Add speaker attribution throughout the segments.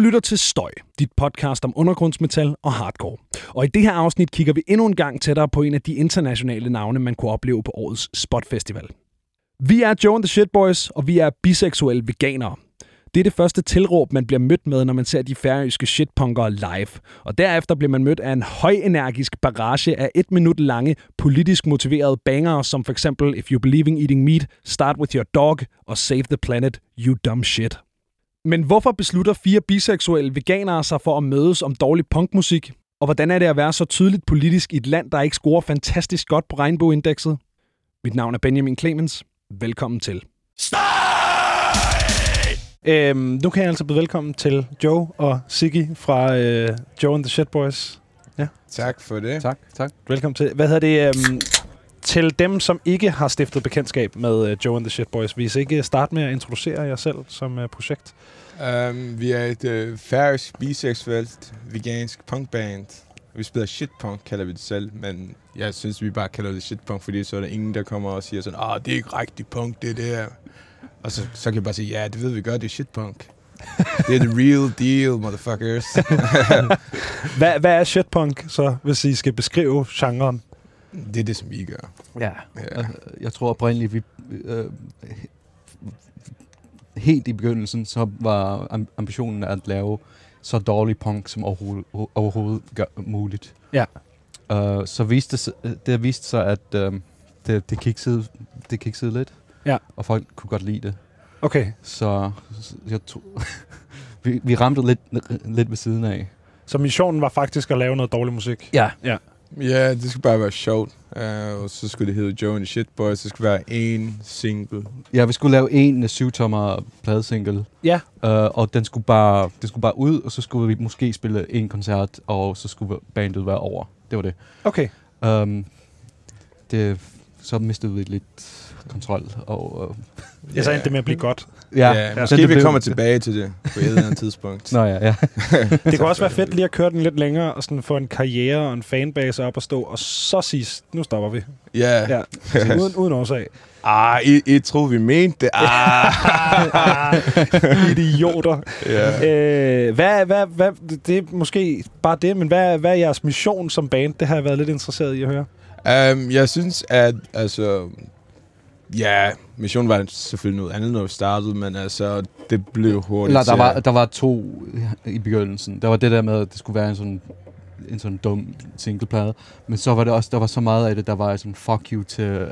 Speaker 1: lytter til Støj, dit podcast om undergrundsmetal og hardcore. Og i det her afsnit kigger vi endnu en gang tættere på en af de internationale navne, man kunne opleve på årets Spot Festival. Vi er Joe and the Shit Boys, og vi er biseksuelle veganere. Det er det første tilråb, man bliver mødt med, når man ser de færøske shitpunkere live. Og derefter bliver man mødt af en højenergisk barrage af et minut lange, politisk motiverede banger, som for eksempel If You Believe in Eating Meat, Start With Your Dog og Save the Planet, You Dumb Shit. Men hvorfor beslutter fire biseksuelle veganere sig for at mødes om dårlig punkmusik? Og hvordan er det at være så tydeligt politisk i et land, der ikke scorer fantastisk godt på regnbueindekset? Mit navn er Benjamin Clemens. Velkommen til.
Speaker 2: Øhm, nu kan jeg altså byde velkommen til Joe og Siggy fra øh, Joe and the Shit Boys.
Speaker 3: Tak for det.
Speaker 4: Tak, tak.
Speaker 2: Velkommen til. Hvad hedder det? Øhm, til dem, som ikke har stiftet bekendtskab med øh, Joe and the Shit Boys, vil I så ikke øh, starte med at introducere jer selv som øh, projekt?
Speaker 3: Um, vi er et øh, færøsk, biseksuelt, vegansk punkband. Vi spiller shitpunk, kalder vi det selv, men jeg synes, vi bare kalder det shitpunk, fordi så er der ingen, der kommer og siger sådan, ah, det er ikke rigtig punk, det der. Og så, så kan jeg bare sige, ja, det ved vi godt, det er shitpunk. det er the real deal, motherfuckers.
Speaker 2: Hvad, hvad er shitpunk så, hvis I skal beskrive genren?
Speaker 3: det er det, som I gør.
Speaker 4: Ja.
Speaker 3: Ja.
Speaker 4: Altså, jeg tror oprindeligt, vi... Øh, he- helt i begyndelsen, så var am- ambitionen at lave så dårlig punk som overhovedet, overhovedet gør, muligt.
Speaker 2: Ja.
Speaker 4: Uh, så viste det, sig- det viste sig, at øh, det, det, kiksede, det kiksede lidt.
Speaker 2: Ja.
Speaker 4: Og folk kunne godt lide det.
Speaker 2: Okay,
Speaker 4: Så så jeg tog, vi, vi ramte lidt, lidt ved siden af.
Speaker 2: så missionen var faktisk at lave noget dårlig musik.
Speaker 4: Ja.
Speaker 3: Ja, det skulle bare være sjovt. Uh, og så skulle det hedde Joe and the Shit Boys. Det skulle være én single.
Speaker 4: Ja, vi skulle lave en øh, syvtommer pladesingle.
Speaker 2: Ja.
Speaker 4: Øh, og den skulle, bare, den skulle bare ud, og så skulle vi måske spille en koncert, og så skulle bandet være over. Det var det.
Speaker 2: Okay,
Speaker 4: Um, det så mistede vi lidt kontrol. Og, øh,
Speaker 2: jeg så
Speaker 3: Ja.
Speaker 2: endte det med at blive godt.
Speaker 4: ja,
Speaker 3: ja,
Speaker 4: den-
Speaker 3: måske
Speaker 4: det
Speaker 3: vi
Speaker 4: blev-
Speaker 3: kommer tilbage til det på et eller andet tidspunkt.
Speaker 4: Nå ja, ja.
Speaker 2: Det kunne også være fedt lige at køre den lidt længere og sådan få en karriere og en fanbase op at stå, og så sige, nu stopper vi.
Speaker 3: Ja.
Speaker 2: Ja, uden, uden årsag.
Speaker 3: Ah, I, I troede, vi mente det. Ah.
Speaker 2: Idioter.
Speaker 3: ja.
Speaker 2: Øh, hvad, hvad, hvad, det er måske bare det, men hvad, hvad er jeres mission som band? Det har jeg været lidt interesseret i at høre.
Speaker 3: um, jeg synes, at altså, ja, missionen var selvfølgelig noget andet, når vi startede, men altså, det blev hurtigt.
Speaker 4: Eller, der,
Speaker 3: til-
Speaker 4: var, der var to i begyndelsen. Der var det der med, at det skulle være en sådan en sådan dum singleplade. Men så var det også, der var så meget af det, der var sådan fuck you til øh,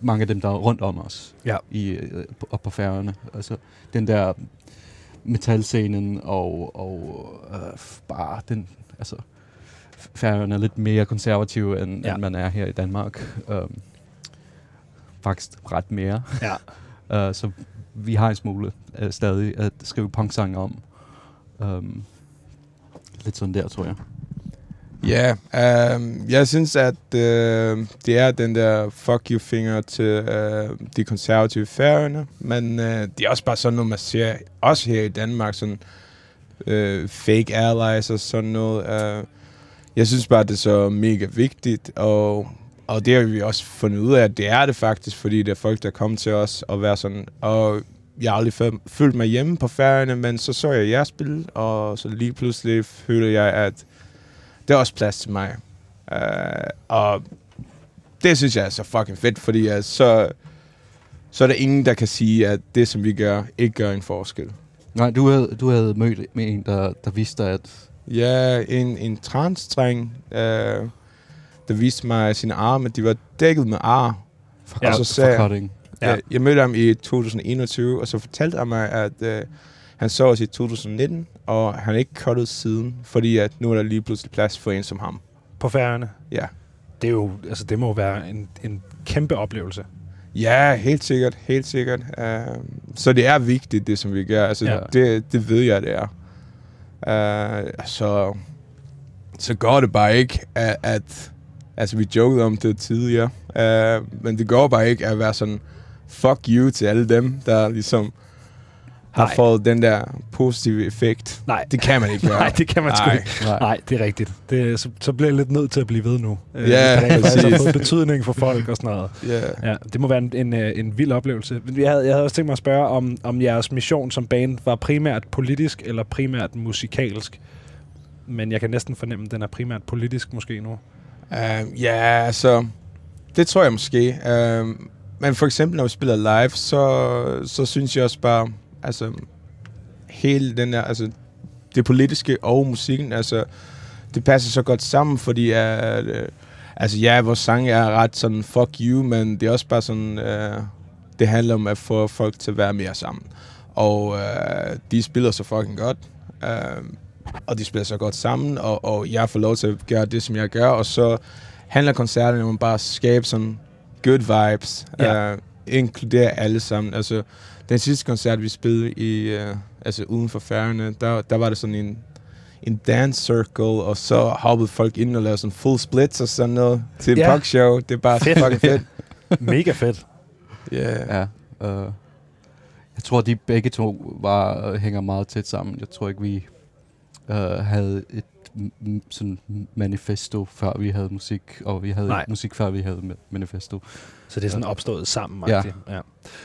Speaker 4: mange af dem, der var rundt om os.
Speaker 2: Ja.
Speaker 4: I, øh, på- og på færgerne. Altså den der metalscenen og, og øh, f- bare den, altså færgerne er lidt mere konservative, end,
Speaker 2: Ja.
Speaker 4: ja. end man er her i Danmark. Um, faktisk ret mere.
Speaker 2: Ja.
Speaker 4: Uh, så vi har en smule uh, stadig at skrive punksange om. Um, lidt sådan der, tror jeg.
Speaker 3: Ja, øhm, jeg synes, at øh, det er den der fuck you finger til øh, de konservative færøerne, men øh, det er også bare sådan noget, man ser også her i Danmark, sådan øh, fake allies og sådan noget. Øh, jeg synes bare, det er så mega vigtigt, og, og det har vi også fundet ud af, at det er det faktisk, fordi det er folk, der kommer til os og være sådan, og jeg har aldrig fø- følt mig hjemme på færøerne, men så så jeg jeres spil, og så lige pludselig føler jeg, at der er også plads til mig. Uh, og det synes jeg er så fucking fedt, fordi uh, så, så er der ingen, der kan sige, at det, som vi gør, ikke gør en forskel.
Speaker 4: Nej, du havde, du havde mødt med en, der, der vidste, at...
Speaker 3: Ja, en, en transdreng, uh, der viste mig sine arme, de var dækket med ar.
Speaker 4: Fuck,
Speaker 3: Ja,
Speaker 4: ja,
Speaker 3: så sagde jeg-
Speaker 4: cutting.
Speaker 2: Ja.
Speaker 3: Ja. Jeg, jeg mødte ham i 2021, og så fortalte han mig, at øh, han så os i 2019, og han er ikke cuttet siden, fordi at nu er der lige pludselig plads for en som ham.
Speaker 2: På færgerne.
Speaker 3: Ja.
Speaker 2: Det, er jo, altså, det må jo være en, en kæmpe oplevelse.
Speaker 3: Ja, helt sikkert, helt sikkert. Uh, så det er vigtigt, det som vi gør. Altså,
Speaker 2: Ja.
Speaker 3: ja. det, det ved jeg, det er. Uh, så, så går det bare ikke, at, at... Altså, vi jokede om det tidligere, Øh, uh, men det går bare ikke at være sådan, fuck you til alle dem, der ligesom har
Speaker 2: Nej.
Speaker 3: fået den der positive effekt.
Speaker 2: Nej.
Speaker 3: Det kan man ikke gøre.
Speaker 2: Nej, det kan man sgu
Speaker 3: Ej.
Speaker 2: ikke. Nej, det er rigtigt. Det, så, så bliver jeg lidt nødt til at blive ved nu. Øh,
Speaker 3: Ja,
Speaker 2: hvis det rent faktisk har
Speaker 3: præcis.
Speaker 2: fået betydning for folk og sådan noget.
Speaker 3: Yeah.
Speaker 2: Ja, det må være en, en, øh, en vild oplevelse. Men Jeg havde, jeg havde også tænkt mig at spørge, om, om jeres mission som band var primært politisk eller primært musikalsk. Men jeg kan næsten fornemme, at den er primært politisk måske nu.
Speaker 3: Øhm, Ja, altså, det tror jeg måske. Øhm, men for eksempel, når vi spiller live, så, så synes jeg også bare, altså, hele den der, altså, det politiske og musikken, altså, det passer så godt sammen, fordi, at, øh, altså, ja, vores sang er ret sådan, fuck you, men det er også bare sådan, øh, det handler om at få folk til at være mere sammen. Og øh, de spiller så fucking godt. Øh, og de spiller så godt sammen, og, og jeg får lov til at gøre det, som jeg gør, og så handler koncerterne om bare at skabe sådan good vibes,
Speaker 2: Ja.
Speaker 3: ja. øh, inkludere alle sammen. Altså, den sidste koncert, vi spillede i, øh, altså uden for færgerne, der, der var det sådan en, en dance circle, og så hoppede folk ind og lavede sådan full splits og sådan noget til
Speaker 2: Ja.
Speaker 3: ja. en show. Det er bare
Speaker 2: Fedt.
Speaker 3: fucking fedt.
Speaker 2: Mega fedt.
Speaker 3: Yeah.
Speaker 4: Ja. Øh, jeg tror, de begge to var, øh, hænger meget tæt sammen. Jeg tror ikke, vi øh, havde et m- m- sådan manifesto, før vi havde musik, og vi havde
Speaker 2: Nej.
Speaker 4: ikke musik, før vi havde ma- manifesto.
Speaker 2: Så det er sådan opstået sammen.
Speaker 4: Ja.
Speaker 2: Ja. ja.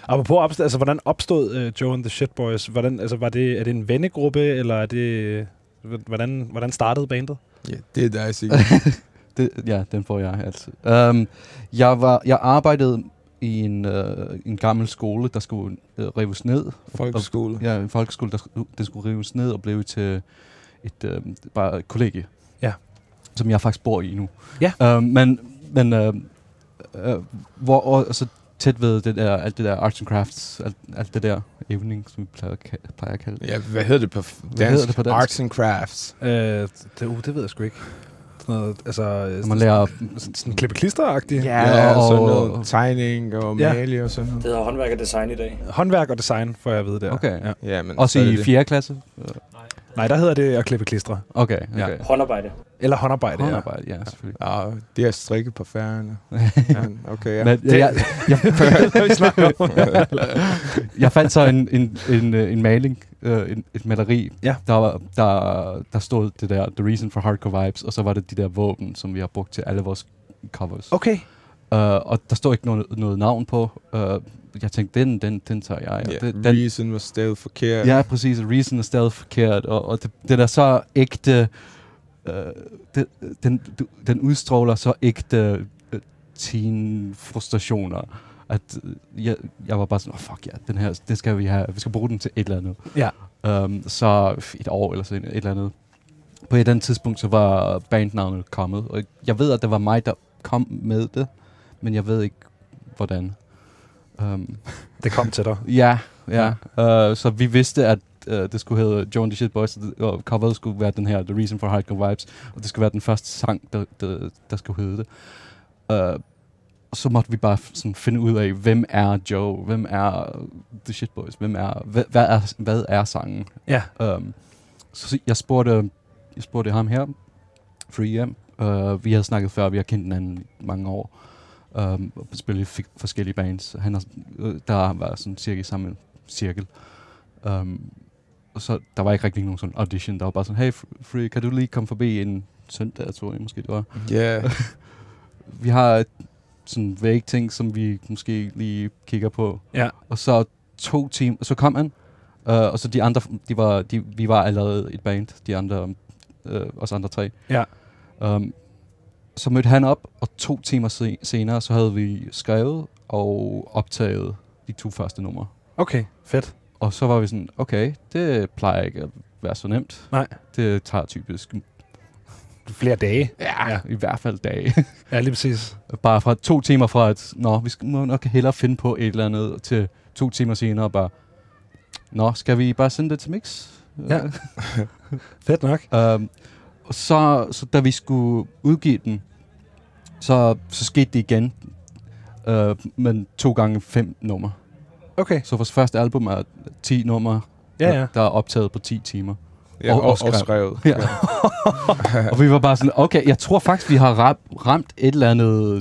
Speaker 2: Apropos opstået, altså hvordan opstod uh, Joe and the Shitboys? Hvordan, altså, var det, er det en vennegruppe, eller er det... øh, Hvordan, hvordan startede bandet?
Speaker 3: Ja, det er dig, Sigurd.
Speaker 4: Det, ja, den får jeg altid. Um, jeg, var, jeg arbejdede i en, øh, en gammel skole, der skulle øh, rives ned.
Speaker 3: Folkeskole.
Speaker 4: Ja, en folkeskole, der, sk- den skulle rives ned og blev til et, øh, bare et kollegie.
Speaker 2: Ja.
Speaker 4: Som jeg faktisk bor i nu.
Speaker 2: Ja.
Speaker 4: Øh, men men øh, øh, hvor, og, og så tæt ved det der, alt det der arts and crafts, alt, alt det der evening, som vi plejer, at ka- plejer at kalde det.
Speaker 3: Ja, hvad hedder det på f- dansk?
Speaker 4: Hvad hedder det på dansk?
Speaker 3: Arts and crafts.
Speaker 2: Uh, det, uh, det ved jeg sgu ikke. Sådan noget, altså,
Speaker 4: Når
Speaker 2: sådan,
Speaker 4: man lærer...
Speaker 2: sådan klippeklister-agtigt.
Speaker 3: Ja, og,
Speaker 4: og-
Speaker 3: sådan noget tegning og
Speaker 2: Ja.
Speaker 3: maling og sådan noget.
Speaker 5: Det hedder håndværk og design i dag.
Speaker 2: Håndværk og design, får jeg at vide der.
Speaker 4: Okay.
Speaker 2: Ja.
Speaker 3: Ja, men
Speaker 4: Også
Speaker 3: så er
Speaker 4: i
Speaker 3: det-
Speaker 4: 4. klasse? Øh,
Speaker 2: Nej, der hedder det at klippe klistre.
Speaker 4: Okay,
Speaker 2: Ja.
Speaker 4: okay.
Speaker 5: Håndarbejde.
Speaker 2: Eller håndarbejde. ja.
Speaker 4: Håndarbejde, ja, selvfølgelig.
Speaker 3: Ja, Ah, det er strikke på færgerne. Men okay, ja.
Speaker 4: Men, øh, jeg, jeg,
Speaker 2: vi snakker om.
Speaker 4: jeg fandt så en, en, en, øh, en maling, øh, en, et maleri,
Speaker 2: Ja.
Speaker 4: der, var- der, der stod det der The Reason for Hardcore Vibes, og så var det de der våben, som vi har brugt til alle vores covers.
Speaker 2: Okay.
Speaker 4: Øh, og der stod ikke noget, noget navn på. Øh, jeg tænkte, den, den, den tager jeg. Og
Speaker 3: Ja,
Speaker 4: den, den,
Speaker 3: reason var stadig forkert.
Speaker 4: ja, præcis. Reason er stadig forkert, og, og det, den er så ægte... Øh, den, den, du- den udstråler så ægte øh, teen frustrationer at øh, jeg, jeg var bare sådan, oh, fuck ja, den her, det skal vi have, vi skal bruge den til et eller andet.
Speaker 2: Ja.
Speaker 4: Um, så et år eller sådan et eller andet. På et eller andet tidspunkt, så var bandnavnet kommet, og jeg ved, at det var mig, der kom med det, men jeg ved ikke, hvordan. Um,
Speaker 2: Det kom til dig.
Speaker 4: Ja, ja. Uh, så vi vidste, at uh, det skulle hedde Joan the Shit Boys, og det- og coveret skulle være den her The Reason for Hardcore Vibes, og det skulle være den første sang, der, der, der skulle hedde det. Uh, og så måtte vi bare f- sådan finde ud af, hvem er Joe, hvem er The Shit Boys, hvem er, hvad, hvad, er, hvad er sangen?
Speaker 2: Ja.
Speaker 4: Um, så så jeg spurgte, jeg spurgte ham her, Free M. Uh, vi havde snakket før, vi har kendt hinanden i mange år. Um, og spillet i fi- forskellige bands. Han har, øh, der var sådan cirka i samme cirkel. Um, og så der var ikke rigtig nogen sådan audition. Der var bare sådan, hey Fr- Free, kan du lige komme forbi en søndag, tror jeg måske det var.
Speaker 3: Ja,
Speaker 4: Vi har et sådan væg ting, som vi måske lige kigger på.
Speaker 2: Ja.
Speaker 4: Og så to timer, så kom han, øh, og så de andre, de var, de, vi var allerede et band, de andre, øh, os andre tre.
Speaker 2: Ja.
Speaker 4: Um, så mødte han op, og to timer se- senere, så havde vi skrevet og optaget de to første numre.
Speaker 2: Okay, fedt.
Speaker 4: Og så var vi sådan, okay, det plejer ikke at være så nemt.
Speaker 2: Nej.
Speaker 4: Det tager typisk,
Speaker 2: Flere dage.
Speaker 4: ja,
Speaker 2: Ja.
Speaker 4: ja. i hvert fald dage.
Speaker 2: Ja, lige præcis.
Speaker 4: bare fra to timer fra, at nå, vi skal, må nok hellere finde på et eller andet, til to timer senere bare, nå, skal vi bare sende det til mix? Øh,
Speaker 2: Ja. Fedt nok.
Speaker 4: Øhm, og så, så da vi skulle udgive den, så, så skete det igen, øh, men to gange fem numre.
Speaker 2: Okay.
Speaker 4: Så vores første album er 10 numre,
Speaker 2: Ja, ja.
Speaker 4: der er optaget på 10 timer.
Speaker 3: ja
Speaker 4: Og-
Speaker 3: og,
Speaker 4: og
Speaker 3: og,
Speaker 4: skrev.
Speaker 3: skrevet.
Speaker 4: Ja. og vi var bare sådan, okay, jeg tror faktisk, vi har ra- ramt et eller andet,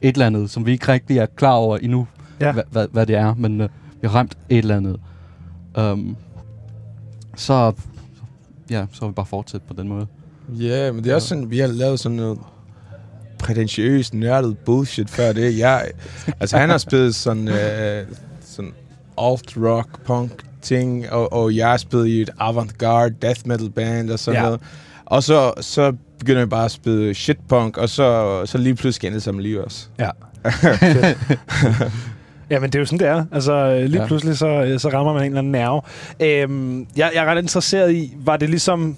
Speaker 4: et eller andet, som vi ikke rigtig er klar over endnu,
Speaker 2: Ja.
Speaker 4: hvad, hvad, hvad det er, men øh, vi har ramt et eller andet. Um, så, ja, så har vi bare fortsat på den måde.
Speaker 3: Ja, men det er også sådan, vi har lavet sådan noget prætentiøst nørdet bullshit før det. Jeg, altså han har spillet sådan, øh, sådan alt-rock, punk ting, og, og jeg spillede i et avant-garde death metal band og sådan
Speaker 2: Ja.
Speaker 3: ja. noget. Og så, så begynder jeg bare at spille shitpunk, og så, så lige pludselig endte det som lige også.
Speaker 2: Ja, men det er jo sådan, det er. Altså, øh, lige ja.
Speaker 4: Ja.
Speaker 2: pludselig så, øh, så rammer man en eller anden nerve. Øhm, jeg, jeg er ret interesseret i, var det ligesom...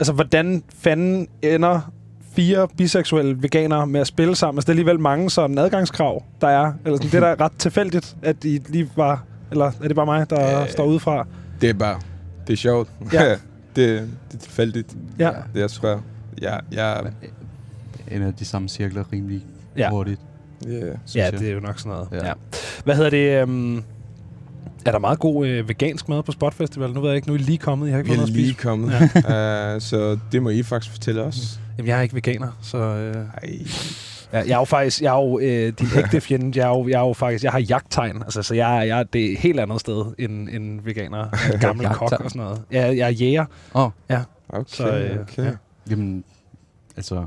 Speaker 2: Altså, hvordan fanden ender fire biseksuelle veganere med at spille sammen? Altså, det er alligevel mange sådan adgangskrav, der er. Eller sådan, det er da ret tilfældigt, at I lige var... Eller er det bare mig, der øh.
Speaker 3: Øh.
Speaker 2: står udefra?
Speaker 3: Det er bare, det er sjovt.
Speaker 2: Ja.
Speaker 3: det, det er tilfældigt,
Speaker 2: Ja.
Speaker 3: det jeg tror. Jeg, jeg,
Speaker 4: En af de samme cirkler rimelig
Speaker 2: Ja.
Speaker 4: ja. hurtigt,
Speaker 3: yeah.
Speaker 4: synes
Speaker 2: Ja,
Speaker 4: jeg.
Speaker 2: det er jo nok sådan noget. Ja.
Speaker 4: Ja.
Speaker 2: Ja. Hvad hedder det? Øhm, er der meget god øh, vegansk mad på Spotfestival? Nu ved jeg ikke, nu er I lige kommet. Jeg har ikke
Speaker 3: Vi
Speaker 2: fået
Speaker 3: er
Speaker 2: noget at
Speaker 3: lige
Speaker 2: spise.
Speaker 3: kommet, uh, så det må I faktisk fortælle os.
Speaker 2: Jamen, jeg er ikke veganer, så... Øh
Speaker 3: Ej.
Speaker 2: Ja, jeg er jo faktisk, jeg er jo øh, din ægte fjende, jeg er jo, jeg er jo faktisk, jeg har jagttegn, altså så jeg, er- jeg er det er et helt andet sted end, end veganer, Jeg er en gammel kok
Speaker 4: Jagttegn.
Speaker 2: og sådan noget. Jeg, jeg er jæger.
Speaker 4: Åh, oh,
Speaker 3: Okay,
Speaker 2: Så, øh, ja.
Speaker 3: okay. Ja.
Speaker 4: jamen, altså,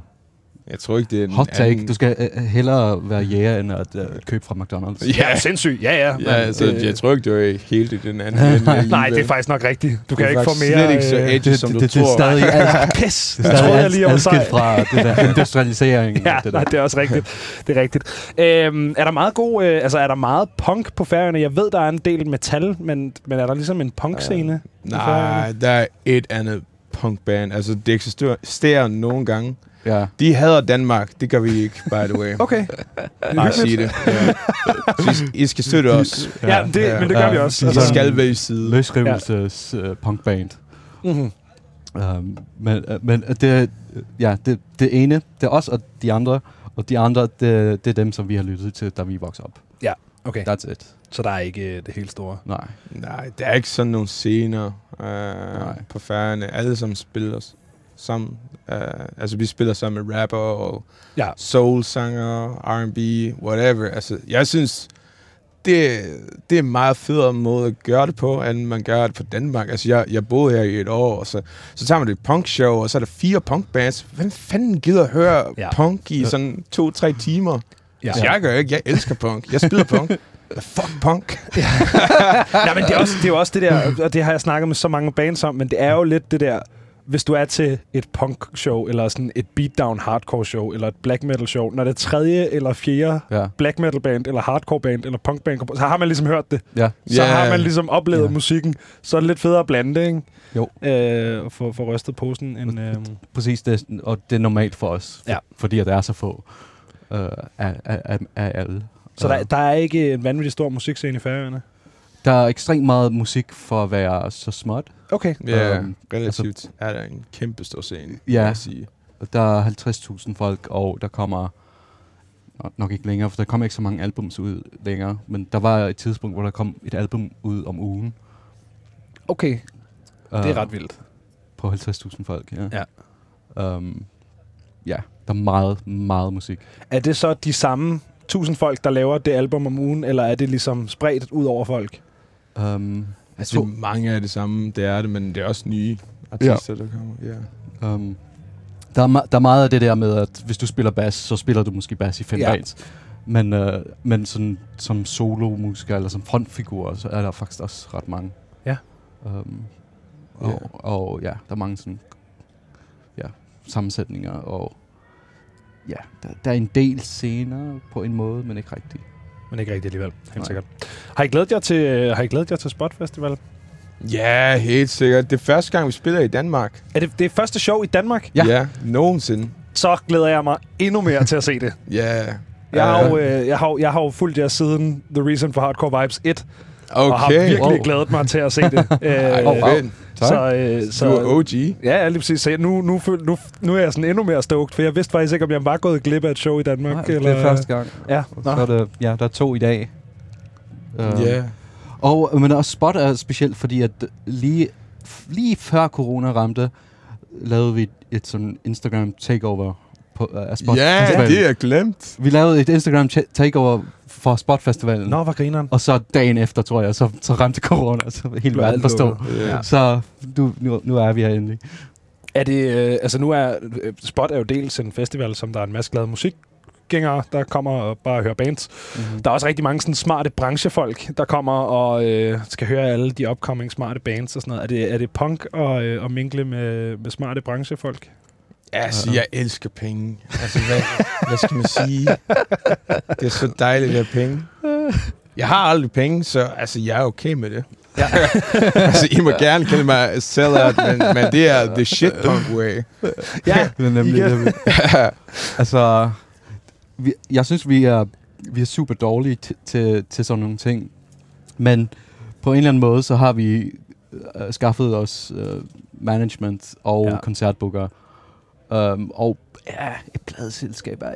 Speaker 3: Jeg tror ikke, det er en
Speaker 4: hot take.
Speaker 3: anden-
Speaker 4: Du skal øh, hellere være jæger, end at øh, købe fra McDonald's.
Speaker 3: Ja.
Speaker 2: Ja, sindssygt, ja ja.
Speaker 3: Ja, altså,
Speaker 2: øh,
Speaker 3: jeg tror ikke, du er helt i den anden ende
Speaker 2: Nej,
Speaker 3: alligevel.
Speaker 2: det er faktisk nok rigtigt. Du
Speaker 3: Du
Speaker 2: kan
Speaker 3: er
Speaker 2: ikke få
Speaker 3: faktisk
Speaker 2: mere...
Speaker 3: slet ikke så
Speaker 2: øh,
Speaker 3: edgy, som du
Speaker 4: det, det er
Speaker 3: tror.
Speaker 4: stadig, ad,
Speaker 2: Pis!
Speaker 4: det
Speaker 2: Jeg
Speaker 4: er
Speaker 2: troede, jeg
Speaker 4: stadig
Speaker 2: lige
Speaker 4: ad,
Speaker 2: var sej.
Speaker 4: adskilt fra det der industrialisering.
Speaker 2: Ja,
Speaker 4: og det
Speaker 2: nej,
Speaker 4: der.
Speaker 2: det er også rigtigt. Det er rigtigt. Øhm, er der meget god, øh, altså er der meget punk på færgerne? Jeg ved, der er en del metal, men, men er der ligesom en punk-scene?
Speaker 3: Nej, der er et andet punkband. Altså, det eksisterer nogle gange.
Speaker 4: Ja.
Speaker 3: De hader Danmark. Det gør vi ikke, by the way.
Speaker 2: Okay.
Speaker 3: Bare sige det. Ja. Så I, I skal støtte os.
Speaker 2: Ja, det,
Speaker 3: Ja.
Speaker 2: men det gør
Speaker 4: Ja.
Speaker 2: vi også.
Speaker 3: I
Speaker 4: Altså-
Speaker 3: skal vælge side.
Speaker 4: Løsrivelses ja. uh, punkband.
Speaker 2: Mhm.
Speaker 4: Um, men øh, men øh, det, øh, ja, det, det ene, det er os og de andre, og de andre, det, det er dem, som vi har lyttet til, da vi voksede op.
Speaker 2: Okay.
Speaker 4: That's it.
Speaker 2: Så der er ikke øh, det helt store.
Speaker 4: Nej.
Speaker 3: Nej, der er ikke sådan nogle scener øh,
Speaker 4: Nej.
Speaker 3: på færgerne. Alle sammen spiller s- sammen. Øh, altså, vi spiller sammen med rapper og
Speaker 2: Ja.
Speaker 3: soul-sanger, R&B, whatever. Altså, jeg synes, det, det er en meget federe måde at gøre det på, end man gør det på Danmark. Altså, jeg, jeg boede her i et år, og så, så tager man det punkshow, og så er der fire punkbands. Hvem fanden gider at høre
Speaker 2: Ja.
Speaker 3: ja. punk i sådan to-tre timer? Ja. Altså, jeg gør ikke. Jeg elsker punk. Jeg spiller punk. Fuck punk.
Speaker 2: Nej, men det er, også, det er jo også det der, og det har jeg snakket med så mange bands om, men det er jo lidt det der, hvis du er til et punk-show, eller sådan et beatdown hardcore-show, eller et black metal-show, når det tredje eller fjerde
Speaker 4: Ja.
Speaker 2: black metal-band, eller hardcore-band, eller punk-band, kommer på, så har man ligesom hørt det.
Speaker 4: Ja.
Speaker 2: Så
Speaker 3: Ja.
Speaker 2: har man ligesom oplevet
Speaker 4: Ja.
Speaker 2: musikken. Så er det lidt federe at blande det, ikke?
Speaker 4: Jo.
Speaker 2: Øh, og få, få rystet posen end... Øh,
Speaker 4: Præcis, det, er sådan- og det er normalt for os,
Speaker 2: Ja.
Speaker 4: fordi at der er så få uh, af, af, af, af alle.
Speaker 2: så
Speaker 4: Øh,
Speaker 2: der, der er ikke en vanvittig stor musikscene i Færøerne?
Speaker 4: der er ekstremt meget musik for at være så småt.
Speaker 2: Okay.
Speaker 3: Ja,
Speaker 4: Øhm,
Speaker 3: relativt altså, er der en kæmpe stor scene,
Speaker 4: Ja.
Speaker 3: vil jeg sige.
Speaker 4: Der er 50.000 folk, og der kommer nå, nok ikke længere, for der kommer ikke så mange albums ud længere, men der var et tidspunkt, hvor der kom et album ud om ugen.
Speaker 2: Okay, det er
Speaker 4: Øh,
Speaker 2: ret vildt.
Speaker 4: på 50.000 folk.
Speaker 2: Ja.
Speaker 4: Ja. Ja. Um, ja, der er meget, meget musik.
Speaker 2: Er det så de samme 1000 folk, der laver det album om ugen, eller er det ligesom spredt ud over folk?
Speaker 4: Um,
Speaker 3: Altså,
Speaker 4: to-
Speaker 3: mange af det samme, det er det, men det er også nye artister, ja. der kommer. Ja.
Speaker 4: um, der, er, me- der er meget af det der med, at hvis du spiller bas, så spiller du måske bas i fem
Speaker 2: Ja.
Speaker 4: ja. bands. Men, uh, men sådan, som solomusiker eller som frontfigur, så er der faktisk også ret mange.
Speaker 2: Ja.
Speaker 4: Um, og,
Speaker 3: Ja.
Speaker 4: og ja, der er mange sådan, ja, sammensætninger, og ja, der, der er en del scener på en måde, men ikke rigtigt.
Speaker 2: Men ikke rigtigt alligevel, helt
Speaker 4: Nej.
Speaker 2: sikkert. Har I glædet jer til, øh, har I glædet jer til Spot Festival?
Speaker 3: ja, helt sikkert. Det er første gang, vi spiller i Danmark.
Speaker 2: Er det, det er første show i Danmark?
Speaker 4: Ja.
Speaker 3: ja nogensinde.
Speaker 2: Så glæder jeg mig endnu mere til at se det.
Speaker 3: Ja.
Speaker 2: Jeg har,
Speaker 3: Øh,
Speaker 2: jo, øh, jeg, har, jo- jeg har jo fulgt jer siden The Reason for Hardcore Vibes 1, okay. og har
Speaker 3: Okay.
Speaker 2: virkelig
Speaker 3: Wow.
Speaker 4: Wow.
Speaker 2: glædet mig til at se det.
Speaker 3: Ej,
Speaker 2: Øh,
Speaker 4: wow.
Speaker 3: fedt.
Speaker 2: så, øh,
Speaker 3: Du er
Speaker 2: så,
Speaker 3: OG.
Speaker 2: ja, ja, lige præcis. Så jeg- nu, nu, føl- nu, nu er jeg sådan endnu mere stoked, for jeg vidste faktisk ikke, om jeg var gået glip af et show i Danmark.
Speaker 4: Nej,
Speaker 2: eller...
Speaker 4: det er første gang.
Speaker 2: Ja,
Speaker 4: Og
Speaker 2: nå.
Speaker 4: Så er det, ja, der er to i dag. Øhm,
Speaker 3: Ja.
Speaker 4: Og, øh, men også Spot er specielt, fordi at lige, lige før corona ramte, lavede vi et, et sådan Instagram takeover på, øh, af Spot.
Speaker 3: Ja,
Speaker 4: Festival.
Speaker 3: det er glemt.
Speaker 4: Vi lavede et Instagram cha- takeover for Spotfestivalen.
Speaker 2: Nå, hvor grineren.
Speaker 4: Og så dagen efter, tror jeg, så, så ramte corona, og så hele
Speaker 2: Blev
Speaker 4: verden
Speaker 2: alt
Speaker 4: forstod.
Speaker 2: lukket.
Speaker 3: Ja.
Speaker 4: Så nu, nu, nu er vi her endelig.
Speaker 2: Er det, øh, altså nu er, øh, Spot er jo dels en festival, som der er en masse glade musikgængere, der kommer og bare hører bands.
Speaker 4: Mm-hmm.
Speaker 2: Der er også rigtig mange sådan, smarte branchefolk, der kommer og øh, skal høre alle de upcoming smarte bands og sådan noget. Er det, er det punk at, øh, at mingle med, med smarte branchefolk?
Speaker 3: Altså,
Speaker 4: Ja.
Speaker 3: jeg elsker penge. Altså, hvad, hvad skal man sige? Det er så dejligt at have penge. Jeg har aldrig penge, så altså, jeg er okay med det. Ja. altså, I må gerne kalde mig sellout, men, men det er the shit punk way.
Speaker 2: Ja,
Speaker 4: Det er nemlig,
Speaker 2: Igen.
Speaker 4: nemlig. altså, vi, jeg synes, vi er, vi er super dårlige til- til, til sådan nogle ting. Men på en eller anden måde, så har vi øh, skaffet os øh, management og
Speaker 2: Ja.
Speaker 4: ja. koncertbooker. Um, og ja, et pladeselskab er,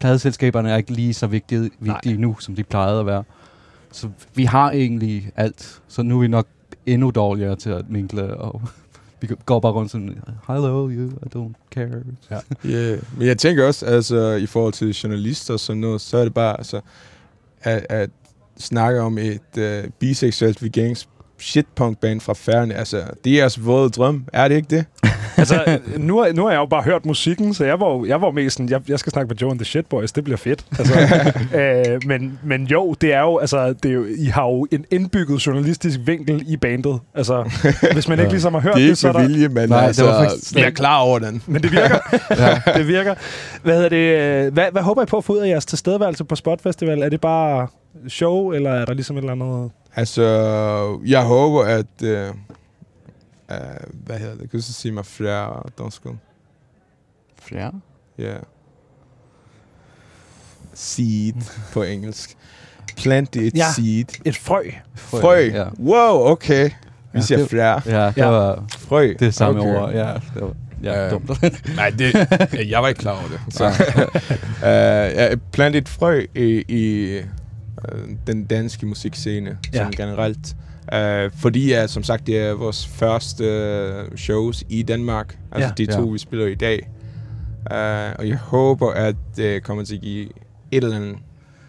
Speaker 4: pladeselskaberne er ikke lige så vigtige, vigtige nu, som de plejede at være. Så vi har egentlig alt. Så nu er vi nok endnu dårligere til at minkle. Og vi går bare rundt sådan, hello you, I don't care.
Speaker 3: Yeah. Men jeg tænker også, altså, i forhold til journalister og sådan noget, så er det bare, altså, at, at snakke om et øh, biseksuelt vegansk shitpunk-band fra Færøerne, altså, det er jeres våde drøm, er det ikke det?
Speaker 2: altså nu, har- nu har jeg jo bare hørt musikken, så jeg var, jo- jeg var mest sådan, jeg, jeg skal snakke med Joe and the Shit Boys, det bliver fedt. Altså, øh, men, men jo, det er jo, altså, det er jo, I har jo en indbygget journalistisk vinkel i bandet. Altså, hvis man ikke ligesom har hørt
Speaker 3: Det
Speaker 2: det,
Speaker 3: er
Speaker 2: så er
Speaker 3: ikke med
Speaker 2: der...
Speaker 3: vilje, men
Speaker 4: Nej, det
Speaker 3: altså,
Speaker 4: var faktisk-
Speaker 3: vær klar over den.
Speaker 2: Men det virker. ja. Det virker. Hvad, hedder det, øh, hvad, hvad håber I på at få ud af jeres tilstedeværelse på Spot Festival? Er det bare show, eller er der ligesom et eller andet...
Speaker 3: Altså, jeg håber, at... Øh, øh, hvad hedder det? Kan du så sige mig flere dansk?
Speaker 4: Ja.
Speaker 3: Ja. Seed på engelsk. Plant et
Speaker 2: Ja.
Speaker 3: ja. seed.
Speaker 2: Et frø.
Speaker 4: Frø.
Speaker 3: Frø.
Speaker 4: Ja,
Speaker 3: Wow, okay. Vi
Speaker 4: Ja.
Speaker 3: siger
Speaker 4: Det-
Speaker 3: flere.
Speaker 4: ja det
Speaker 2: Ja.
Speaker 4: var
Speaker 3: Frø.
Speaker 4: det samme
Speaker 3: Okay.
Speaker 4: okay. ord. Ja, det var ja,
Speaker 3: Øhm,
Speaker 4: dumt.
Speaker 3: Nej, det, jeg var ikke klar over det. Så. uh, jeg plantede et frø i, i øh, den danske musikscene ja.
Speaker 2: Ja.
Speaker 3: sådan generelt. Uh, fordi ja, som sagt, det er vores første øh, shows i Danmark. Altså
Speaker 2: Ja.
Speaker 3: de to,
Speaker 4: Ja.
Speaker 3: vi spiller i dag. Uh, og jeg håber, at det kommer til at give et eller andet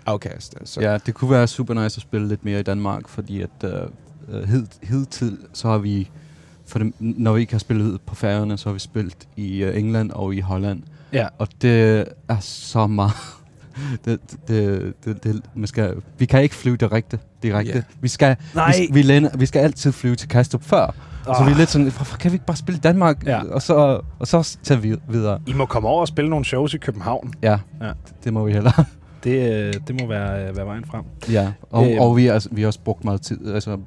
Speaker 3: afkast. Altså.
Speaker 4: ja, det kunne være super nice at spille lidt mere i Danmark, fordi at øh, øh, hed, hidtil, så har vi, for det, når vi ikke har spillet ud på færgerne, så har vi spillet i øh, England og i Holland.
Speaker 2: Ja.
Speaker 4: Og det er så meget. Det, det, det, det, man skal, vi kan ikke flyve direkte. direkte.
Speaker 3: Ja.
Speaker 4: Vi, skal,
Speaker 2: Nej. Ah.
Speaker 4: vi, vi, læner, vi skal altid flyve til Kastrup før. Oh. Så vi er lidt sådan, hvorfor kan vi ikke bare spille i Danmark,
Speaker 2: Ja.
Speaker 4: og, så, og så tage vi videre?
Speaker 2: I må komme over og spille nogle shows i København.
Speaker 4: Ja,
Speaker 2: Ja.
Speaker 4: ja. det må vi hellere.
Speaker 2: Det, øh, det må være, være vejen frem.
Speaker 4: ja, og,
Speaker 2: Øhm.
Speaker 4: øh, og vi, har, altså, vi har også brugt meget tid. Altså,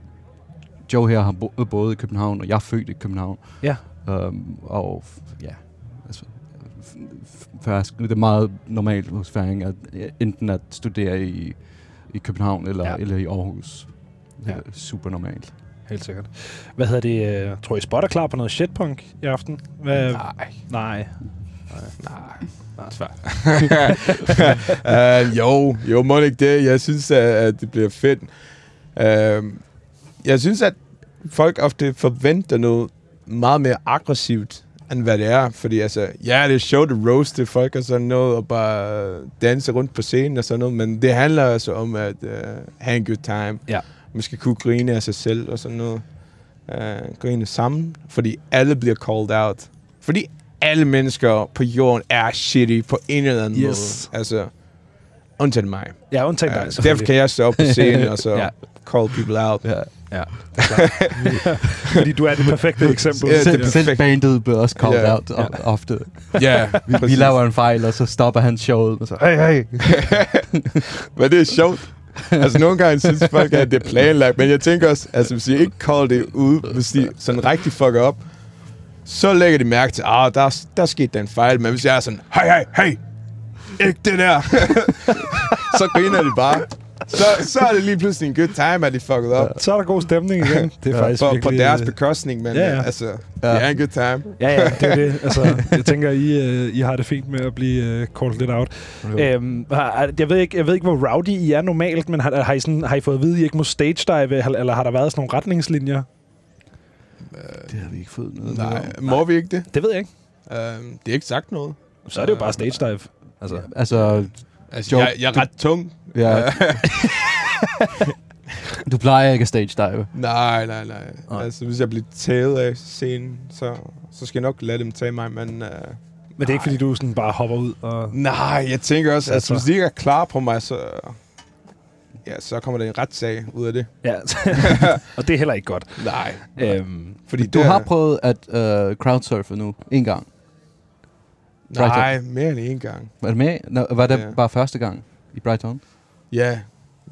Speaker 4: Joe her har bo, øh, boet i København, og jeg er født i København.
Speaker 2: Ja.
Speaker 4: Øhm, og f- ja, altså, f- f- færøsk- det er meget normalt hos færing, at øh, enten at studere i, i København eller,
Speaker 2: Ja.
Speaker 4: ja. eller i Aarhus.
Speaker 2: Ja.
Speaker 4: Ja. Super normalt.
Speaker 2: Helt sikkert. Hvad hedder det? øh, Tror I Spot er klar på noget shitpunk i aften? Hvad?
Speaker 3: Nej.
Speaker 2: Nej.
Speaker 3: uh, jo, jo, må det ikke det. Jeg synes, at, at det bliver fedt. Uh, jeg synes, at folk ofte forventer noget meget mere aggressivt, end hvad det er. Fordi altså, ja, det er sjovt at roaste folk og sådan noget, og bare øh, danse rundt på scenen og sådan noget, men det handler altså om at uh, have en good time.
Speaker 2: Ja.
Speaker 3: Man skal kunne grine af sig selv og sådan noget. Uh, grine sammen, fordi alle bliver called out. Fordi alle mennesker på jorden er shitty på en eller anden
Speaker 2: Yes.
Speaker 3: måde. Altså, undtagen mig.
Speaker 2: Ja, undtagen dig,
Speaker 3: Uh, derfor
Speaker 2: selvfølgelig.
Speaker 3: kan jeg stå op på scenen og så
Speaker 2: Ja.
Speaker 3: ja. call people out.
Speaker 4: Ja.
Speaker 2: Fordi du er det perfekte eksempel.
Speaker 3: Ja, Øh, det-
Speaker 4: Selv, selv
Speaker 3: perfekt.
Speaker 4: bandet bliver også called
Speaker 3: Ja.
Speaker 4: yeah. out o- ofte.
Speaker 3: Ja,
Speaker 4: Vi, vi laver en fejl, og så stopper han showet. Og så, hey, hey.
Speaker 3: Men det er sjovt. Altså, nogle gange synes folk, at det er planlagt, men jeg tænker også, altså, hvis de ikke kalder det ud, hvis de sådan rigtig fucker op, så lægger de mærke til, ah, der, er- der skete den fejl, men hvis jeg er sådan, hey, hey, hey, ikke det der, så griner de bare. Så, så er det lige pludselig en good time, at de fucked op.
Speaker 2: Så er der god stemning igen. Det er
Speaker 3: Ja,
Speaker 2: faktisk
Speaker 3: på,
Speaker 2: virkelig, øh,
Speaker 3: på deres bekostning, men
Speaker 2: Ja,
Speaker 3: ja,
Speaker 2: ja.
Speaker 3: ja. altså, det er en good time.
Speaker 2: Ja, ja, det er det. Altså, jeg tænker, I, øh, I har det fint med at blive øh, called lidt out. Øhm, har, har- jeg, ved ikke, jeg ved ikke, hvor rowdy I er normalt, men har, har, I, sådan, har I fået at vide, at I ikke må stage dive, hal- eller har der været sådan nogle retningslinjer?
Speaker 4: Det har vi ikke fået noget
Speaker 3: Nej, må vi ikke det?
Speaker 2: Det ved jeg ikke.
Speaker 3: Uh, det er ikke sagt noget.
Speaker 2: Så er det jo bare stage dive.
Speaker 4: Altså, altså
Speaker 3: Altså,
Speaker 4: Jo,
Speaker 3: jeg, jeg er ret tung,
Speaker 4: Ja. du plejer ikke at stage dive.
Speaker 3: Nej, nej, nej.
Speaker 4: Nej.
Speaker 3: Altså, hvis jeg bliver taget af scenen, så, så skal jeg nok lade dem tage mig, men... Øh,
Speaker 2: Men det er ikke, fordi du sådan bare hopper ud og...
Speaker 3: nej, jeg tænker også,
Speaker 2: Altså.
Speaker 3: altså, hvis de ikke er klar på mig, så... Ja, så kommer der en retssag ud af det.
Speaker 2: Ja, og det er heller ikke godt.
Speaker 3: Nej.
Speaker 2: Øhm,
Speaker 3: Fordi
Speaker 4: Du
Speaker 3: det
Speaker 4: har
Speaker 3: er-
Speaker 4: prøvet at øh, crowdsurfe nu, en gang.
Speaker 3: Nej, mere end én gang.
Speaker 4: Var det med? Nå, var det
Speaker 3: Ja.
Speaker 4: bare første gang i Brighton?
Speaker 3: Ja,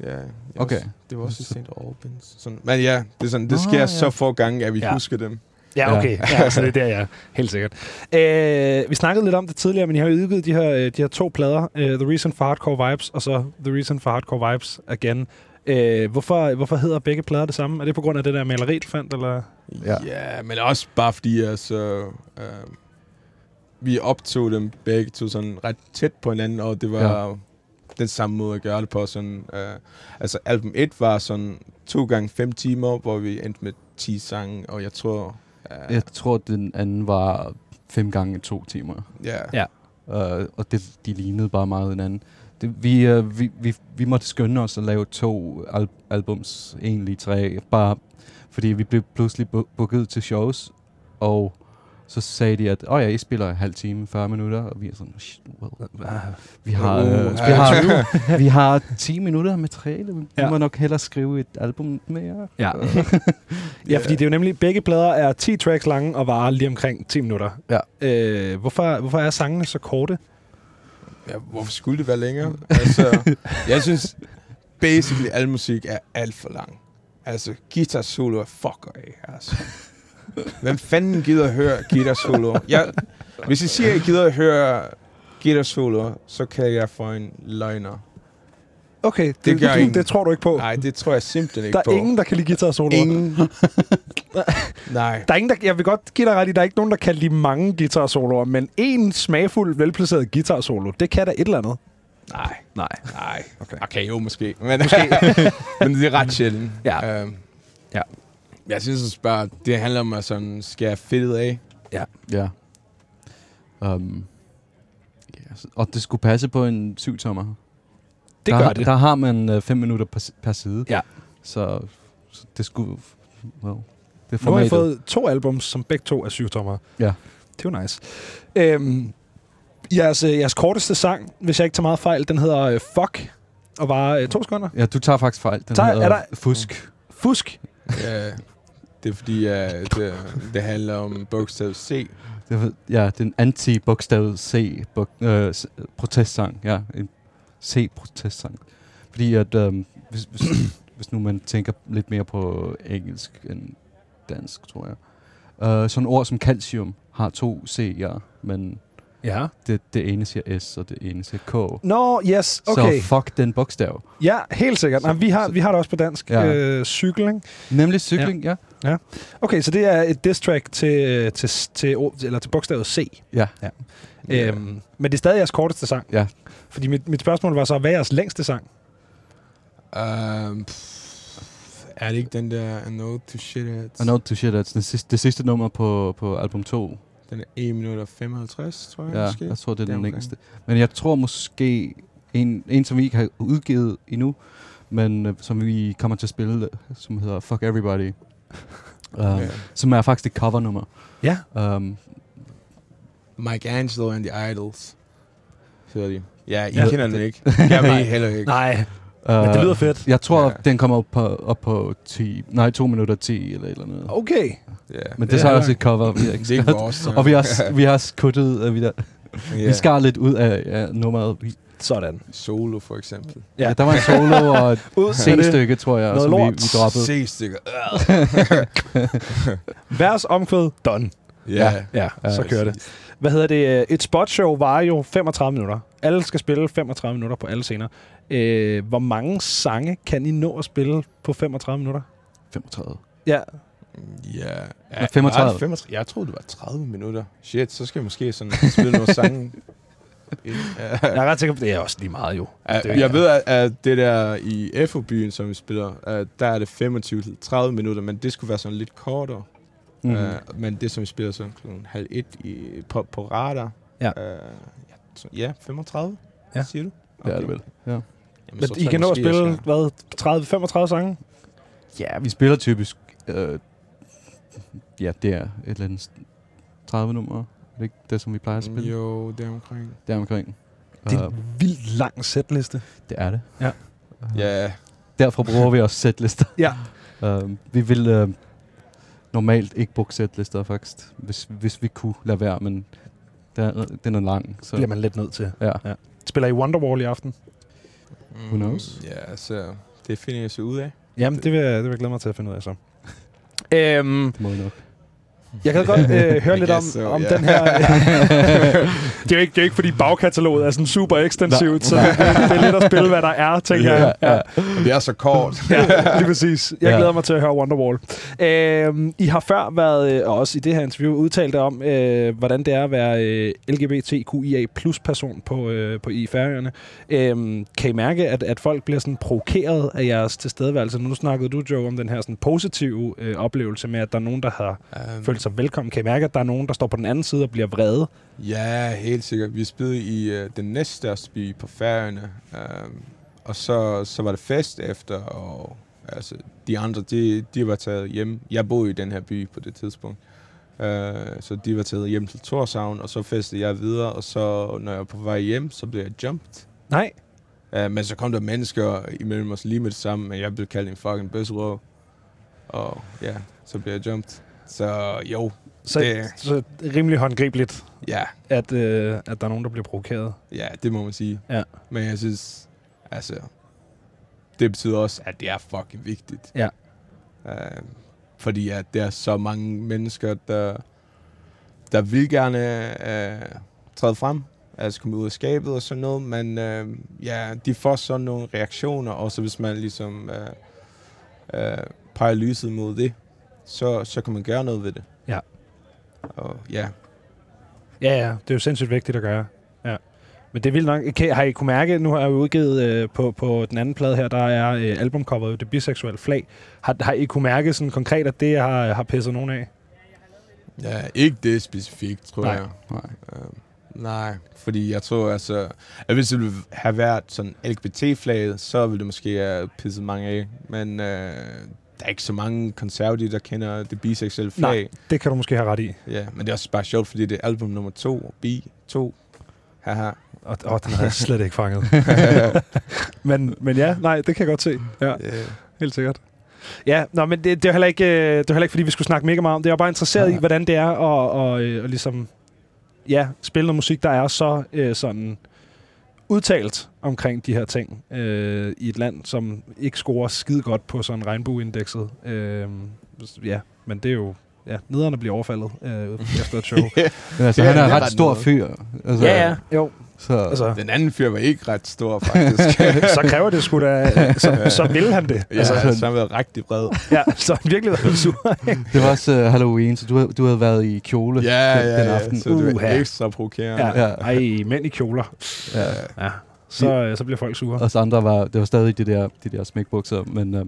Speaker 3: ja. Jeg
Speaker 4: Okay.
Speaker 3: Også, det var også i St. Albans. Sådan. Men ja, det, er sådan, det
Speaker 4: Nå,
Speaker 3: sker
Speaker 4: ja.
Speaker 3: så få gange, at vi
Speaker 2: Ja.
Speaker 3: husker dem.
Speaker 2: Ja,
Speaker 4: Ja.
Speaker 2: okay. Ja, så det er der, ja. Helt sikkert. Øh, vi snakkede lidt om det tidligere, men jeg har jo udgivet de her, øh, de her to plader. Øh, The Reason for Hardcore Vibes, og så The Reason for Hardcore Vibes again. Øh, hvorfor, hvorfor hedder begge plader det samme? Er det på grund af det der maleri, du fandt? Eller?
Speaker 4: Ja.
Speaker 3: Ja. ja, men også bare fordi, altså, øh, vi optog dem begge to sådan ret tæt på hinanden, og det var ja. den samme måde at gøre det på. Sådan, øh, altså, album 1 var sådan to gange fem timer, hvor vi endte med 10 sange, og jeg tror... Øh,
Speaker 4: Jeg tror, den anden var fem gange to timer.
Speaker 3: ja.
Speaker 4: Øh, og det, de lignede bare meget hinanden. Det, vi, øh, vi, vi, vi måtte skynde os at lave to al- albums, egentlig tre, bare fordi vi blev pludselig bu- booket til shows, og så sagde de, at oh ja, I spiller en halv time, 40 minutter, og vi er sådan, shit, well, vi har,
Speaker 3: Uh,
Speaker 4: øh, vi,
Speaker 3: ja.
Speaker 4: har, vi har 10 minutter af materiale, vi
Speaker 2: Ja.
Speaker 4: må nok hellere skrive et album mere.
Speaker 2: Ja.
Speaker 4: Øh,
Speaker 2: Ja, fordi det er jo nemlig, begge plader er 10 tracks lange og varer lige omkring 10 minutter.
Speaker 4: Ja.
Speaker 2: Øh, hvorfor, hvorfor er sangene så korte?
Speaker 3: Ja, hvorfor skulle det være længere? altså, jeg synes, basically al musik er alt for lang. Altså, guitar solo er fucker af, altså. Hvem fanden gider at høre guitar solo? Jeg, hvis I siger, at I gider at høre guitar solo, så kan jeg få en løgner.
Speaker 2: Okay, det,
Speaker 3: gør
Speaker 2: det,
Speaker 3: ingen.
Speaker 2: det, det tror du ikke på.
Speaker 3: Nej, det tror jeg simpelthen ikke
Speaker 2: der er
Speaker 3: på.
Speaker 2: ingen, der kan lide guitar solo.
Speaker 3: Ingen. Nej.
Speaker 2: Der er ingen, der, jeg vil godt give dig ret i, der er ikke nogen, der kan lide mange guitar-soloer, men en smagfuld, velplaceret guitar-solo, det kan da et eller andet.
Speaker 3: Nej.
Speaker 2: Nej.
Speaker 3: Nej.
Speaker 2: Okay.
Speaker 3: okay, jo måske. Men, måske. men det er ret sjældent.
Speaker 2: Ja.
Speaker 3: Øhm,
Speaker 2: Ja.
Speaker 3: Jeg synes også bare, det handler om at sådan, skære fedtet af.
Speaker 4: Ja. Um, yes. Og det skulle passe på en syv tommer.
Speaker 2: Det
Speaker 4: der,
Speaker 2: gør
Speaker 4: har-
Speaker 2: det.
Speaker 4: Der har man øh, fem minutter per, si- per side.
Speaker 2: Ja.
Speaker 4: Så, så det skulle... Well, det er
Speaker 2: Nu har jeg
Speaker 4: formatet.
Speaker 2: fået to albums, som begge to er syvtommer.
Speaker 4: Ja.
Speaker 2: Det er jo nice. Øhm, jeres, øh, jeres korteste sang, hvis jeg ikke tager meget fejl, den hedder øh, Fuck, og var øh, to sekunder.
Speaker 4: Ja, du tager faktisk fejl. Den
Speaker 2: Tager-
Speaker 4: hedder
Speaker 2: er der-
Speaker 4: Fusk.
Speaker 2: Fusk.
Speaker 3: Ja, Øh, det er fordi, at det, det handler om bogstav C.
Speaker 4: Det var, ja, den anti-bogstav C bog, øh, s- protestsang. Ja, en C-protestsang. Fordi at, øhm, hvis, hvis, hvis nu man tænker lidt mere på engelsk end dansk, tror jeg. Øh, sådan ord som calcium har to C'er, men
Speaker 2: Ja.
Speaker 4: det, det ene siger S, og det ene siger K.
Speaker 2: Nå, no, yes, okay.
Speaker 4: Så fuck den bogstav.
Speaker 2: ja, helt sikkert. Nej, vi, har, vi har det også på dansk.
Speaker 4: Ja.
Speaker 2: Ja. Øh, cykel, ikke?
Speaker 4: Nemlig cykling, ja.
Speaker 2: Okay, så det er et diss track til, øh, til, til, ord- eller til bogstavet C.
Speaker 4: Ja.
Speaker 2: Ja. Øhm, men det er stadig jeres korteste sang.
Speaker 4: Ja.
Speaker 2: Fordi mit, mit spørgsmål var så, hvad er jeres længste sang?
Speaker 3: Um, er det ikke den der A Note to Shit Heads?
Speaker 4: Og Note to Shit, that's det sidste, det sidste nummer på, på album 2.
Speaker 3: Den er 1 minut og 55, tror jeg
Speaker 4: Ja, Altså,
Speaker 3: måske.
Speaker 4: jeg tror, det er den
Speaker 3: Deromkring.
Speaker 4: længste. Men jeg tror måske, en, en som vi ikke har udgivet endnu, men øh, som vi kommer til at spille, øh, som hedder Fuck Everybody. um,
Speaker 3: Ja.
Speaker 4: Som er faktisk et covernummer.
Speaker 2: Ja.
Speaker 4: Um,
Speaker 3: Mike Angelo and the Idols. Hedder de. Ja, I
Speaker 4: Ja,
Speaker 3: kender
Speaker 4: det-
Speaker 3: den ikke. Jeg
Speaker 2: Nej.
Speaker 3: vil I heller ikke.
Speaker 2: Nej,
Speaker 4: øh,
Speaker 2: men det lyder fedt.
Speaker 4: Jeg tror,
Speaker 3: Ja.
Speaker 4: ja. den kommer op på, op på 10, nej, 2 minutter 10 eller et eller andet.
Speaker 2: Okay.
Speaker 3: Ja.
Speaker 4: Men det, er så også et cover, vi
Speaker 3: det
Speaker 4: har ikke
Speaker 3: er ikke
Speaker 4: skrevet.
Speaker 3: vores. så-
Speaker 4: Og vi har, s- vi har skuttet, øh, vi, der,
Speaker 3: Ja.
Speaker 4: yeah. vi skar lidt ud af ja, nummeret. Vi,
Speaker 2: Sådan.
Speaker 3: Solo, for eksempel.
Speaker 2: Ja.
Speaker 4: ja. ja, der var en solo og et
Speaker 2: Ud
Speaker 4: C-stykke, tror jeg,
Speaker 2: Noget
Speaker 4: som vi,
Speaker 2: lort.
Speaker 4: vi droppede.
Speaker 3: C-stykker. Øh.
Speaker 2: Vers omkvæd, done.
Speaker 3: Ja.
Speaker 2: Ja,
Speaker 4: Ja,
Speaker 2: så kører det. Hvad hedder det? Øh, Et spotshow var jo 35 minutter. Alle skal spille 35 minutter på alle scener. Øh, hvor mange sange kan I nå at spille på 35 minutter?
Speaker 4: 35.
Speaker 2: Ja,
Speaker 3: Ja.
Speaker 4: Nå, 35.
Speaker 3: var det 35. Jeg troede, det var 30 minutter. Shit, så skal jeg måske sådan spille nogle sange. ind. Ja.
Speaker 2: jeg er ret sikker på, det er også lige meget jo.
Speaker 3: Ja,
Speaker 2: Det er-
Speaker 3: Jeg ved, at- at det der i FO-byen, som vi spiller, øh, der er det 25-30 minutter, men det skulle være sådan lidt kortere.
Speaker 4: Mhm.
Speaker 3: Mm. Uh, men det, som vi spiller sådan kl. halv et i, på, på radar,
Speaker 2: Ja.
Speaker 3: Uh, ja, så- ja, 35,
Speaker 2: Ja.
Speaker 3: siger du?
Speaker 4: Det er det vel. Ja.
Speaker 3: Jamen,
Speaker 2: Men I kan nå at
Speaker 3: måske, jeg
Speaker 2: spille,
Speaker 3: skal-
Speaker 2: hvad, 30-35 sange?
Speaker 4: Ja, vi spiller typisk... Øh, ja, det er et eller andet 30 nummer. Er det ikke det, som vi plejer at spille?
Speaker 3: Mm, Jo, det er omkring.
Speaker 4: Der omkring.
Speaker 2: Det er
Speaker 4: Øh,
Speaker 2: en vildt lang sætliste.
Speaker 4: det er det.
Speaker 2: Ja.
Speaker 4: Øh,
Speaker 3: Ja,
Speaker 4: Derfor bruger vi også sætlister.
Speaker 2: Ja.
Speaker 4: Øh, vi vil øh, normalt ikke bruge sætlister, faktisk. Hvis, hvis vi kunne lade være, men der, den er lang. Så,
Speaker 2: Det bliver man lidt nødt til.
Speaker 4: ja.
Speaker 2: Spiller I Wonderwall i aften?
Speaker 3: Mm,
Speaker 4: Who knows?
Speaker 3: Ja, så det finder jeg så ud af.
Speaker 2: Jamen, det vil, jeg- det vil jeg glæde mig til at finde ud af så. Øhm,
Speaker 4: Det må jeg nok.
Speaker 2: jeg kan godt øh, høre
Speaker 3: I
Speaker 2: lidt om,
Speaker 3: guess so,
Speaker 2: om
Speaker 3: yeah.
Speaker 2: den her... det, er jo ikke, det er jo ikke, fordi bagkataloget er sådan super ekstensivt, så det, det er lidt at spille, hvad der er, tænker jeg. Ja.
Speaker 3: Det er så kort.
Speaker 2: ja, lige præcis. Jeg
Speaker 4: Ja.
Speaker 2: glæder mig til at høre Wonderwall. Øhm, I har før været, øh, og også i det her interview, udtalt jer om, øh, hvordan det er at være øh, LGBTQIA plus person på, øh, på i Færøerne. Øhm, kan I mærke, at, at folk bliver sådan provokeret af jeres tilstedeværelse? Nu snakkede du, Joe, om den her sådan positive øh, oplevelse med, at der er nogen, der har
Speaker 3: Um,
Speaker 2: følt Mm. sig velkommen. Kan I mærke, at der er nogen, der står på den anden side og bliver vrede?
Speaker 3: Ja, helt sikkert. Vi spillede i uh, den næststørste by på Færøerne, um, og så, så var det fest efter, og altså, de andre, de, de var taget hjem. Jeg boede i den her by på det tidspunkt, uh, så de var taget hjem til Torshavn, og så festede jeg videre, og så når jeg var på vej hjem, så blev jeg jumped.
Speaker 2: Nej.
Speaker 3: Uh, men så kom der mennesker imellem os lige med det samme, men jeg blev kaldt en fucking bøsserøv, og ja, så blev jeg jumped. Så jo,
Speaker 2: Så,
Speaker 3: Det-
Speaker 2: så rimelig håndgribeligt,
Speaker 3: ja,
Speaker 2: at, øh, at der er nogen, der bliver provokeret.
Speaker 3: Ja, det må man sige.
Speaker 2: Ja.
Speaker 3: Men jeg synes, altså, det betyder også, at det er fucking vigtigt.
Speaker 2: Ja.
Speaker 3: Øh, fordi at der er så mange mennesker, der, der vil gerne øh, træde frem, altså komme ud af skabet og sådan noget, men øh, ja, de får sådan nogle reaktioner, også hvis man ligesom øh, øh, peger lyset mod det, så, så kan man gøre noget ved det.
Speaker 2: Ja.
Speaker 3: Og ja,
Speaker 2: Ja, ja, det er jo sindssygt vigtigt at gøre. Ja. Men det er vildt nok. Kan, har I kunne mærke, nu har jeg jo udgivet øh, på, på den anden plade her, der er øh, albumcoveret jo det biseksuelle flag. Har, har I kunne mærke sådan konkret, at det har, har pisset nogen af?
Speaker 3: Ja, ikke det specifikt, tror
Speaker 2: Nej.
Speaker 3: jeg.
Speaker 4: Nej.
Speaker 3: Øhm, nej, fordi jeg tror altså, at hvis det ville have været sådan LGBT-flaget, så ville det måske have pisset mange af. Men øh, der er ikke så mange konservative, der kender det biseksuelle flag.
Speaker 2: Det kan du måske have ret i.
Speaker 3: Ja, men det er også bare sjovt, fordi det er album nummer to, bi 2. Haha.
Speaker 2: Og, og den havde jeg slet ikke fanget. men, men ja, nej, det kan jeg godt se. Ja.
Speaker 3: Øh,
Speaker 2: Helt sikkert. Ja, nå, men det, det, er heller ikke, øh, det var heller ikke, fordi vi skulle snakke mega meget om det. Jeg var bare interesseret
Speaker 4: Nej.
Speaker 2: i, hvordan det er at, og, øh, at ligesom, ja, spille noget musik, der er så øh, sådan udtalt omkring de her ting øh, i et land, som ikke scorer skide godt på sådan regnbueindekset. Øh, ja, men det er jo ja, nederne bliver overfaldet øh, efter et show.
Speaker 4: Men altså,
Speaker 3: Det er
Speaker 4: han er en
Speaker 3: lidt
Speaker 4: ret
Speaker 3: ret
Speaker 4: stor
Speaker 3: noget.
Speaker 4: fyr. Altså,
Speaker 2: Jo,
Speaker 4: Så, altså,
Speaker 2: altså,
Speaker 3: Den anden fyr var ikke ret stor, faktisk.
Speaker 2: så kræver det sgu da, øh, så, så vil han det.
Speaker 3: ja,
Speaker 4: Altså,
Speaker 3: altså,
Speaker 4: sådan-
Speaker 3: så har han været rigtig bred.
Speaker 2: Ja, så har han virkelig været sur.
Speaker 4: det var også uh, Halloween, så du, havde- du havde været i kjole
Speaker 3: Ja,
Speaker 4: den,
Speaker 3: ja,
Speaker 4: den
Speaker 3: ja,
Speaker 4: aften.
Speaker 3: så det var
Speaker 2: Uha.
Speaker 3: ekstra provokerende.
Speaker 2: Ja.
Speaker 3: Ja.
Speaker 4: Ja.
Speaker 2: Ej, mænd i kjoler.
Speaker 4: ja.
Speaker 2: Ja. Så, øh, så bliver folk sure.
Speaker 4: Os andre var, det var stadig de der, de der smækbukser, men øh,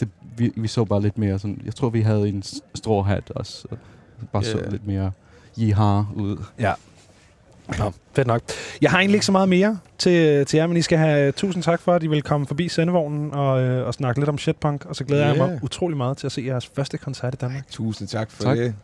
Speaker 4: det, vi, vi så bare lidt mere sådan, jeg tror vi havde en s- stråhat også, og bare yeah.
Speaker 3: Ja.
Speaker 4: så lidt mere jihar ud.
Speaker 2: Nå, fedt nok. Jeg har egentlig ikke så meget mere til, til jer, men I skal have tusind tak for, at I vil komme forbi sendevognen og, øh, og snakke lidt om shitpunk, og så glæder yeah. jeg
Speaker 3: Ja.
Speaker 2: mig utrolig meget til at se jeres første koncert i Danmark.
Speaker 3: Tusind tak for
Speaker 4: Tak.
Speaker 3: det.